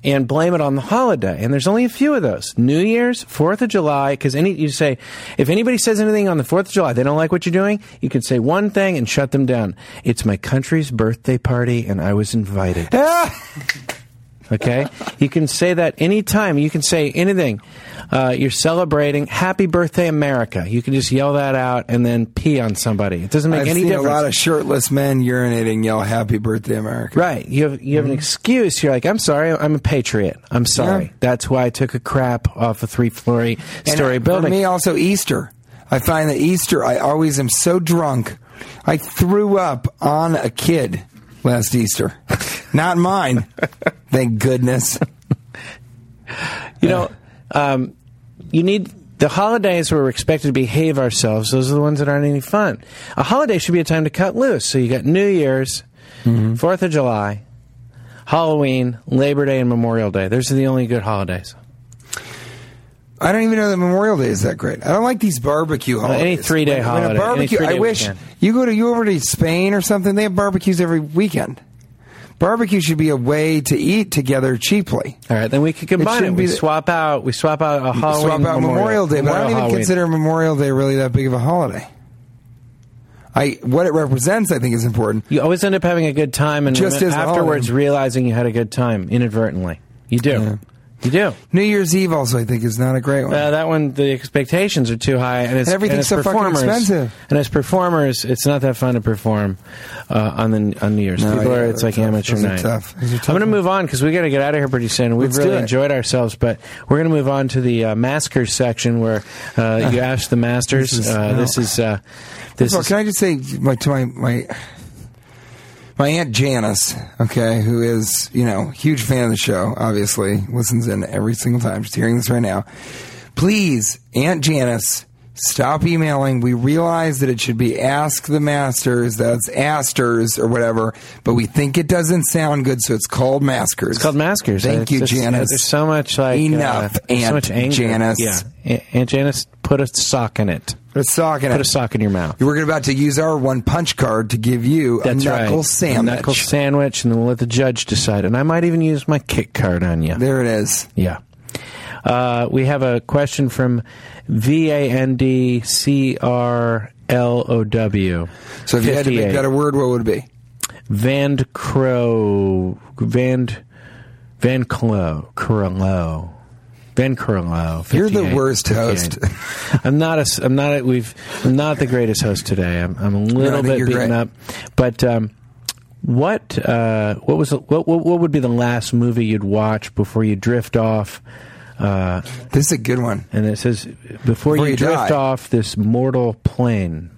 C: and blame it on the holiday. And there's only a few of those: New Year's, Fourth of July. Because any you say, if anybody says anything on the Fourth of July, they don't like what you're doing. You can say one thing and shut them down. It's my country's birthday party, and I was invited. Okay? *laughs* You can say that anytime. You can say anything. Uh, you're celebrating Happy Birthday America. You can just yell that out and then pee on somebody. It doesn't make
B: *laughs* I've
C: any
B: seen
C: difference.
B: a lot of shirtless men urinating, yell "Happy Birthday, America!"
C: Right. You have you have an excuse. You're like, I'm sorry, I'm a patriot. I'm sorry.
B: Mm-hmm. Yeah.
C: That's why I took a crap off a three story
B: And uh,
C: story building.
B: For me, also Easter. I find that Easter, I always am so drunk. I threw up on a kid last Easter. *laughs* Not mine. Thank goodness.
C: you know, um, you need the holidays where we're expected to behave ourselves. Those are the ones that aren't any fun. A holiday should be a time to cut loose. So you got New Year's,
B: Mm-hmm.
C: Fourth of July, Halloween, Labor Day, and Memorial Day. Those are the only good holidays.
B: I don't even know that Memorial Day is that great. I don't like these barbecue holidays.
C: any three-day
B: When- when a
C: holiday, any
B: barbecue.
C: three-day
B: I wish
C: weekend.
B: you go to you over to Spain or something. They have barbecues every weekend. Barbecue should be a way to eat together cheaply.
C: All right, then we could combine it.
B: shouldn't
C: We
B: be the-
C: swap out. We swap out a Halloween.
B: swap out Memorial, Day, but I don't even
C: Halloween.
B: consider Memorial Day really that big of a holiday. I what it represents, I think, is important.
C: You always end up having a good time, and
B: Just
C: remem-
B: as a
C: afterwards
B: holiday.
C: realizing you had a good time inadvertently. You do, you do.
B: New Year's Eve also, I think, is not a great one.
C: Uh, that one, the expectations are too high, and it's
B: Everything's
C: and it's
B: so fucking
C: performers,
B: expensive.
C: And as performers, it's not that fun to perform uh, on the on New Year's.
B: No,
C: People
B: yeah,
C: are, it's
B: they're
C: like
B: tough.
C: amateur
B: Those are
C: night.
B: tough. Those are tough
C: I'm going to
B: ones.
C: move on because we got to get out of here pretty soon. We've
B: Let's do
C: really
B: it.
C: enjoyed ourselves, but we're going to move on to the uh, masker section where uh,
B: *laughs*
C: you ask the masters.
B: This is-
C: uh,
B: no.
C: this is uh, this
B: First of all,
C: is
B: can I just say my, to my my my aunt Janice, okay, who is you know huge fan of the show, obviously listens in every single time. She's hearing this right now. Please, Aunt Janice, Stop emailing. We realize that it should be Ask the Masters. That's Asters or whatever, but we think it doesn't sound good, so it's called Maskers.
C: It's called Maskers.
B: Thank
C: It's
B: you,
C: just-
B: Janice.
C: There's so much like
B: Enough,
C: uh, there's
B: Aunt
C: so much anger.
B: Janice.
C: Yeah, A- Aunt Janice, put a sock in it.
B: Put a sock in
C: Put
B: it.
C: a sock in your mouth.
B: We're about to use our one punch card to give you
C: That's
B: a knuckle
C: right.
B: sandwich.
C: A knuckle sandwich, and then we'll let the judge decide. And I might even use my kick card on you.
B: there it is.
C: Yeah. Uh, we have a question from V A N D C R L O W.
B: So if you had to make that a word, what would it be?
C: Van Crow. Van. Van Crow. Crow. Van Crow.
B: You're the worst host.
C: *laughs* I'm not a. s- I'm not. A, we've. I'm not the greatest host today. I'm. I'm a
B: No, I
C: little
B: think
C: bit
B: you're
C: beaten
B: great.
C: up. But um, what? Uh, what was? the- What, what? What would be the last movie you'd watch before you drift off? Uh,
B: This is a good one.
C: and it says, before, you,
B: you
C: drift
B: die.
C: off this mortal plane.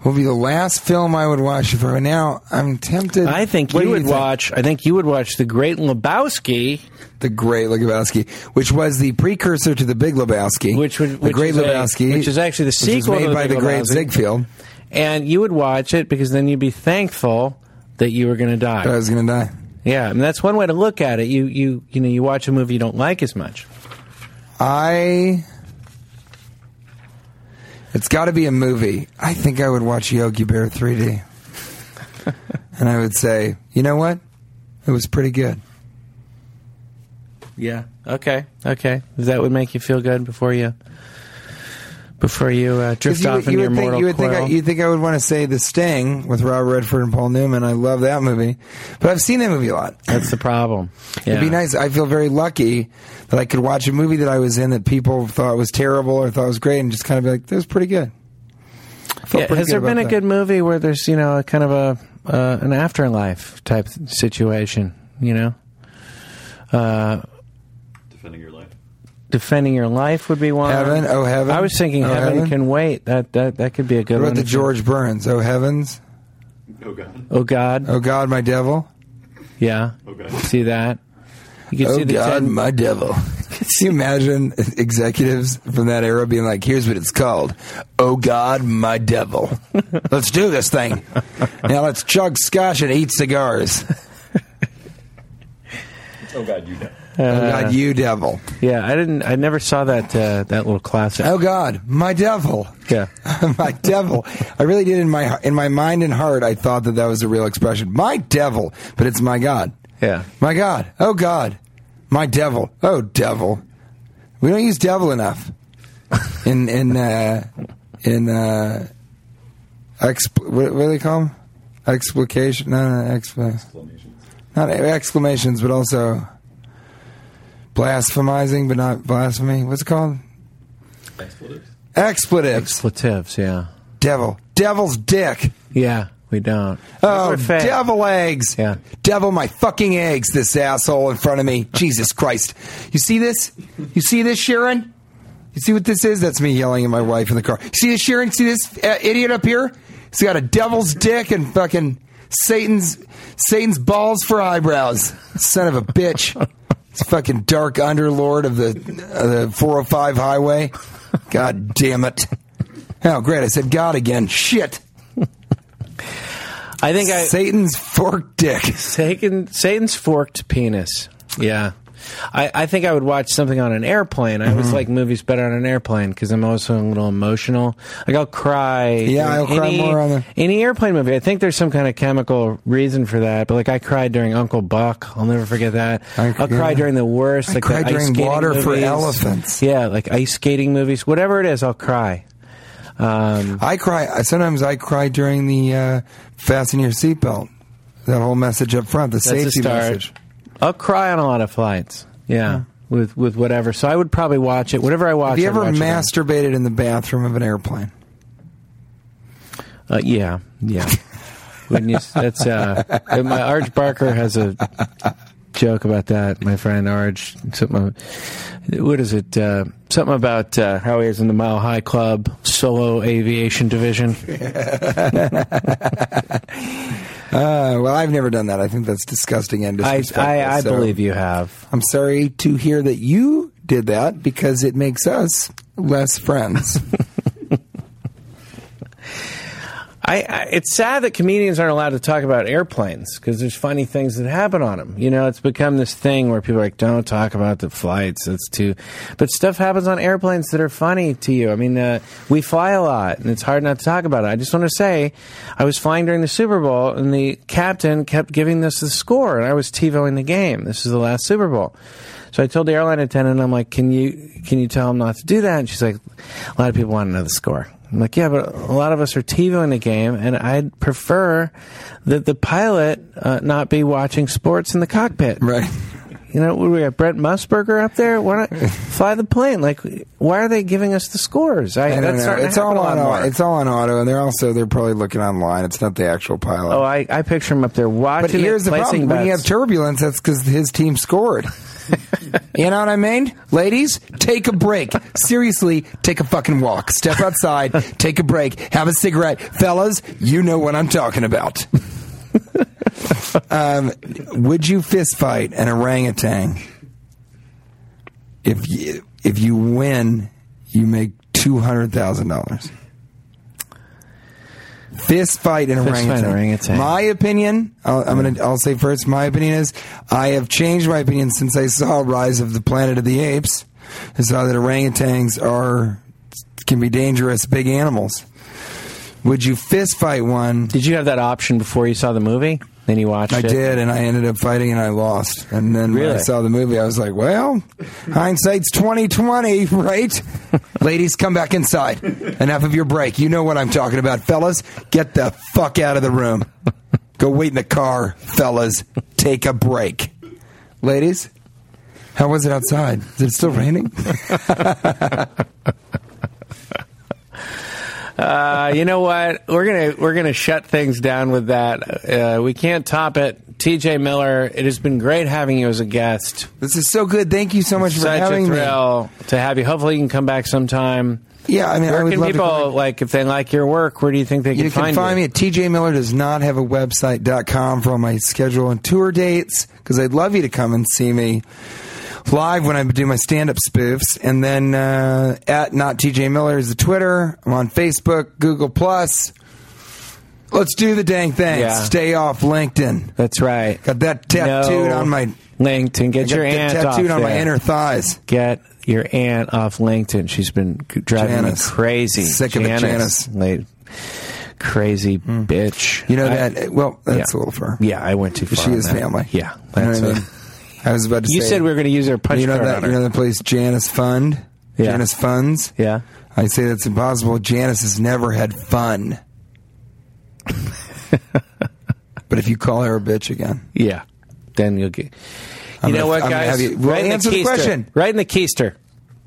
B: What would be the last film I would watch if I were now? I'm tempted.
C: I think
B: What
C: you
B: do
C: would
B: think?
C: watch. I think you would watch The Great Lebowski,
B: The Great Lebowski, which was the precursor to The Big Lebowski.
C: Which would-
B: The
C: which
B: Great
C: is a-
B: Lebowski.
C: which is actually the
B: which was
C: sequel to
B: made
C: The
B: by
C: Big
B: the great
C: Lebowski.
B: Ziegfeld.
C: and you would watch it because then you'd be thankful that you were going to die.
B: That I was going to die.
C: yeah, and that's one way to look at it. You you you know you watch a movie you don't like as much.
B: I. It's got to be a movie. I think I would watch Yogi Bear 3D. *laughs* and I would say, you know what? It was pretty good.
C: Yeah. Okay. Okay. That would make you feel good before you before you uh, drift
B: you,
C: off
B: would-
C: into
B: you
C: your
B: would think,
C: mortal
B: you would think I,
C: coil.
B: you think I would want to say The Sting with Robert Redford and Paul Newman. I love that movie, but I've seen that movie a lot.
C: that's the problem.
B: It'd be
C: Yeah.
B: nice. I feel very lucky that I could watch a movie that I was in that people thought was terrible or thought was great, and just kind of be like, "That was pretty good." I felt
C: Yeah,
B: pretty
C: has there
B: about
C: been a
B: that.
C: good movie where there's you know a kind of a uh, an afterlife type situation? You know,
D: defending your life.
C: defending your life would be one.
B: Heaven? Oh, Heaven?
C: I was thinking
B: Oh,
C: heaven,
B: Heaven?
C: can wait. That that that could be a good
B: What
C: one.
B: about the
C: if you-
B: George Burns? Oh heavens!
D: Oh God.
C: Oh God,
B: Oh God, my devil!
C: yeah.
D: Oh God.
C: See that? You could
B: Oh
C: see the
B: God,
C: Ted- *laughs*
B: my devil! Can you imagine executives from that era being like, "Here's what it's called: Oh God, my devil."
C: *laughs*
B: let's do this thing. Now let's chug scotch and eat
C: *laughs*
B: cigars.
D: Oh God, you know.
B: oh God, you devil!
C: yeah, I didn't. I never saw that uh, that little classic.
B: Oh God, my devil!
C: Yeah.
B: *laughs* my devil. I really did in my in my mind and heart. I thought that that was a real expression. My devil, but it's my God.
C: Yeah.
B: My God. Oh God. My devil. Oh devil. We don't use devil enough in in uh, in uh, exp- what, what do they call them? Explication? No, no, expl-
D: Explanations.
B: not exclamations, but also blasphemizing, but not blasphemy. What's it called?
D: Expletives.
B: Expletives.
C: Expletives. Yeah.
B: devil. Devil's dick.
C: Yeah. We don't.
B: Oh,
C: We're fat.
B: devil eggs.
C: Yeah.
B: Devil my fucking eggs, this asshole in front of me. Jesus Christ. You see this? You see this, Sharon? You see what this is? That's me yelling at my wife in the car. See this, Sharon? See this uh, idiot up here? He's got a devil's dick and fucking Satan's Satan's balls for eyebrows. Son of a bitch. This fucking dark underlord of the, uh, the 405 highway. God damn it. Oh, great. I said God again. Shit.
C: I think I.
B: Satan's forked dick.
C: Satan, Satan's forked penis. Yeah. I, I think I would watch something on an airplane. I
B: Mm-hmm.
C: always like movies better on an airplane because I'm also a little emotional. Like I'll cry.
B: Yeah,
C: during
B: I'll cry
C: any-
B: more on the-
C: any airplane movie. I think there's some kind of chemical reason for that. But like I cried during Uncle Buck. I'll never forget that.
B: I-
C: I'll cry
B: yeah.
C: during the worst.
B: I
C: like
B: cried
C: the ice
B: during
C: skating
B: Water for
C: movies.
B: Elephants.
C: Yeah, like ice skating movies. Whatever it is, I'll cry.
B: I cry. Sometimes I cry during the uh, fasten your seatbelt. That whole message up front, the
C: That's a
B: safety
C: start.
B: message.
C: I'll cry on a lot of flights. Yeah. With with whatever, so I would probably watch it. Whatever I watch,
B: Have you
C: I'd
B: ever
C: watch it on-
B: masturbated in the bathroom of an airplane?
C: Uh, yeah,
B: *laughs*
C: yeah. Wouldn't you, s- that's uh, and my Arch Barker has a joke about that. My friend Arch, something. What is it? Uh, something about uh, how he is in the Mile High Club solo aviation division.
B: Uh, well, I've never done that. I think that's disgusting and
C: I
B: disrespectful.
C: I, I
B: so
C: believe you have.
B: I'm sorry to hear that you did that because it makes us less friends. *laughs*
C: I, I it's sad that comedians aren't allowed to talk about airplanes because there's funny things that happen on them. You know, it's become this thing where people are like, "Don't talk about the flights. That's too." But stuff happens on airplanes that are funny to you. I mean, uh, we fly a lot, and it's hard not to talk about it. I just want to say, I was flying during the Super Bowl, and the captain kept giving us the score, and I was TiVoing the game. This is the last Super Bowl. So I told the airline attendant, I'm like, can you can you tell him not to do that? And she's like, a lot of people want to know the score. I'm like, yeah, but a lot of us are TiVoing the game, and I'd prefer that the pilot uh, not be watching sports in the cockpit.
B: Right.
C: You know, we got Brett Musburger up there. Why not
B: *laughs*
C: fly the plane? Like, why are they giving us the scores? I,
B: I
C: that's
B: don't know.
C: starting to
B: It's all
C: happen a lot
B: on
C: more.
B: auto. It's all on auto, and they're also they're probably looking online. It's not the actual pilot.
C: oh, I, I picture him up there
B: but
C: watching. it,
B: here's the
C: placing
B: problem: when you have
C: bets.
B: turbulence, that's because his team
C: *laughs*
B: scored. you know what I mean, ladies? Take a break. Seriously, take a fucking walk. Step outside. take a break. Have a cigarette, fellas. You know what I'm
C: *laughs*
B: talking about. um, would you fist fight an orangutan if you, if you win? You make two hundred thousand dollars. Fist fight an
C: Fist fight
B: orangutan.
C: orangutan.
B: My opinion. I'll, I'm gonna. I'll say first. My opinion is I have changed my opinion since I saw Rise of the Planet of the Apes. I saw that orangutans are can be dangerous big animals. Would you fist fight one?
C: Did you have that option before you saw the movie? Then you watched
B: I
C: it.
B: did, and I ended up fighting, and I lost. And then when I
C: Really?
B: saw the movie, I was like, "Well, hindsight's twenty twenty, *laughs* right?" Ladies, come back inside. Enough of your break. You know what I'm talking about, fellas. Get the fuck out of the room. Go wait in the car, fellas. Take a break, ladies. How was it outside? Is it still raining? *laughs*
C: Uh, you know what? We're gonna we're gonna shut things down with that. Uh, we can't top it. TJ Miller, it has been great having you as a guest.
B: This is so good. Thank you so much for
C: Such a
B: having me.
C: thrill to have you. Hopefully, you can come back sometime.
B: Yeah, I mean, I
C: Where
B: would
C: can
B: love to
C: people like if they like your work? Where do you think they can
B: You can
C: find
B: find
C: you?
B: me at tjmiller.doesnothaveawebsite.com for all my schedule and tour dates because I'd love you to come and see me live when I do my stand up spoofs. And then uh, at not TJ Miller is the Twitter. I'm on Facebook, Google. Plus. Let's do the dang thing.
C: Yeah.
B: Stay off LinkedIn.
C: That's right.
B: Got that tattooed
C: No
B: on my.
C: LinkedIn. Get
B: got
C: your
B: that
C: aunt
B: tattooed
C: off
B: on my
C: there.
B: inner thighs.
C: Get your aunt off LinkedIn. She's been g- driving
B: Janice.
C: me crazy.
B: Sick of it, Janice. Mm.
C: Late- Crazy bitch.
B: You know
C: I-
B: that? Well, that's
C: yeah.
B: a little far.
C: Yeah, I went too far.
B: She
C: on
B: is
C: that.
B: family.
C: Yeah,
B: You know
C: that's
B: what I
C: what-
B: mean? I was about to
C: You
B: say.
C: said we were going to use our punch
B: you know
C: card
B: that
C: on
B: you
C: her.
B: know the place Janice Fund.
C: Yeah.
B: Janice Funds.
C: yeah,
B: I say that's impossible. Janice has never had
C: *laughs*
B: fun. but if you call her a bitch again,
C: yeah. Then you'll get.
B: I'm
C: you know
B: gonna-
C: what,
B: I'm gonna
C: guys?
B: have you- Well,
C: in
B: answer the
C: keister.
B: question.
C: Right in the keister.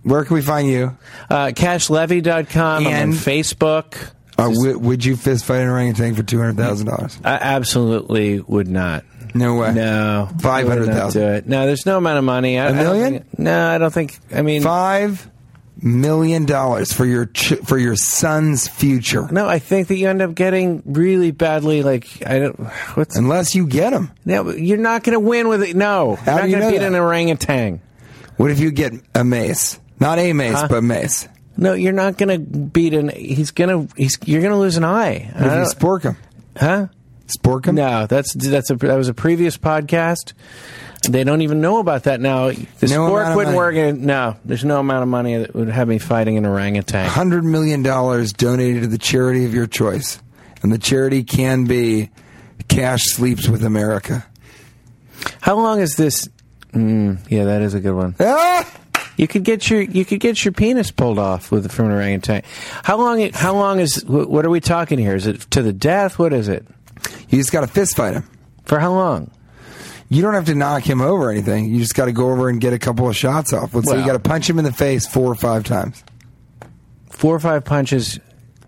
B: where can we find you?
C: Uh, CashLevy.com. I'm on
B: And-
C: Facebook.
B: Or would, Uh, would you fist fight an orangutan for two hundred thousand dollars?
C: I absolutely would not.
B: No way.
C: No.
B: Five hundred
C: I would not
B: thousand.
C: do it. No, there's no amount of money. I,
B: A
C: I don't
B: million?
C: think- no, I don't think. I mean,
B: Five million dollars for your ch- for your son's future,
C: no, I think that you end up getting really badly. Like, I don't. What's
B: unless you get him.
C: no, you're not going to win with it. No,
B: How
C: you're not
B: do you
C: going to
B: know
C: beat
B: that?
C: an orangutan.
B: What if you get a mace? Not a mace,
C: Huh?
B: but mace.
C: No, you're not going to beat an. He's going to. He's. You're going to lose an eye.
B: What if
C: I
B: you
C: don't-
B: spork him?
C: huh?
B: Spork him?
C: No, that's that's a that was a previous podcast. They don't even know about that now. The
B: No amount
C: sport
B: of
C: wouldn't
B: money.
C: work. in- No, there's no amount of money that would have me fighting an orangutan.
B: $100 million donated to the charity of your choice. And the charity can be Cash Sleeps with America.
C: How long is this? Mm, yeah, that is a good one.
B: Ah!
C: You could get your you could get your penis pulled off with from an orangutan. How long? it- How long is? wh- What are we talking here? Is it to the death? What is it?
B: You just got to fist fight him.
C: For how long?
B: You don't have to knock him over or anything. You just got to go over and get a couple of shots off. Let's say you
C: Well-
B: got to punch him in the face four or five times.
C: Four or five punches.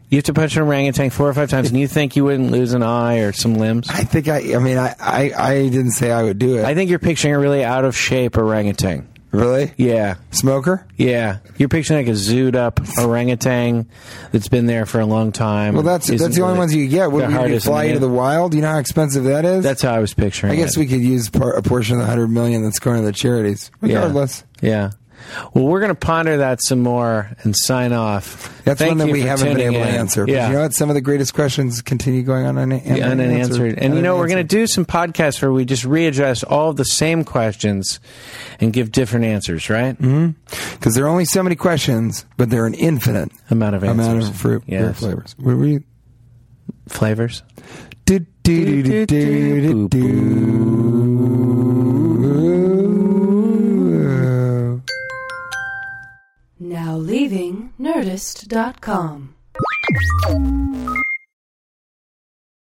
C: You have to punch an orangutan four or five times, and you think you wouldn't lose an eye or some limbs?
B: I think I, I mean, I, I, I didn't say I would do it.
C: I think you're picturing a really out of shape orangutan.
B: really?
C: Yeah,
B: Smoker?
C: yeah. You're picturing like a zooed up orangutan that's been there for a long time.
B: Well, that's, that's the only ones you get. What,
C: What
B: we could fly you to the wild? You know how expensive that is?
C: That's how I was picturing.
B: I guess
C: it.
B: we could use par- a portion of the 100 million that's going to the charities.
C: Yeah.
B: Regardless.
C: Yeah. Well, we're going to ponder that some more and sign off.
B: That's
C: Thank
B: one that
C: you
B: we
C: for
B: haven't been
C: tuning
B: able to
C: in.
B: answer. But
C: Yeah.
B: you know what? Some of the greatest questions continue going on una-
C: Yeah, unanswered. And you know, we're going to do some podcasts where we just readdress all of the same questions and give different answers, right?
B: because there are only so many questions, but there are an infinite
C: Amount of answers.
B: amount of fruit,
C: Yes.
B: fruit flavors. Were we?
C: Flavors.
B: Do, do, do, do, do, do, do.
E: Now leaving Nerdist.com.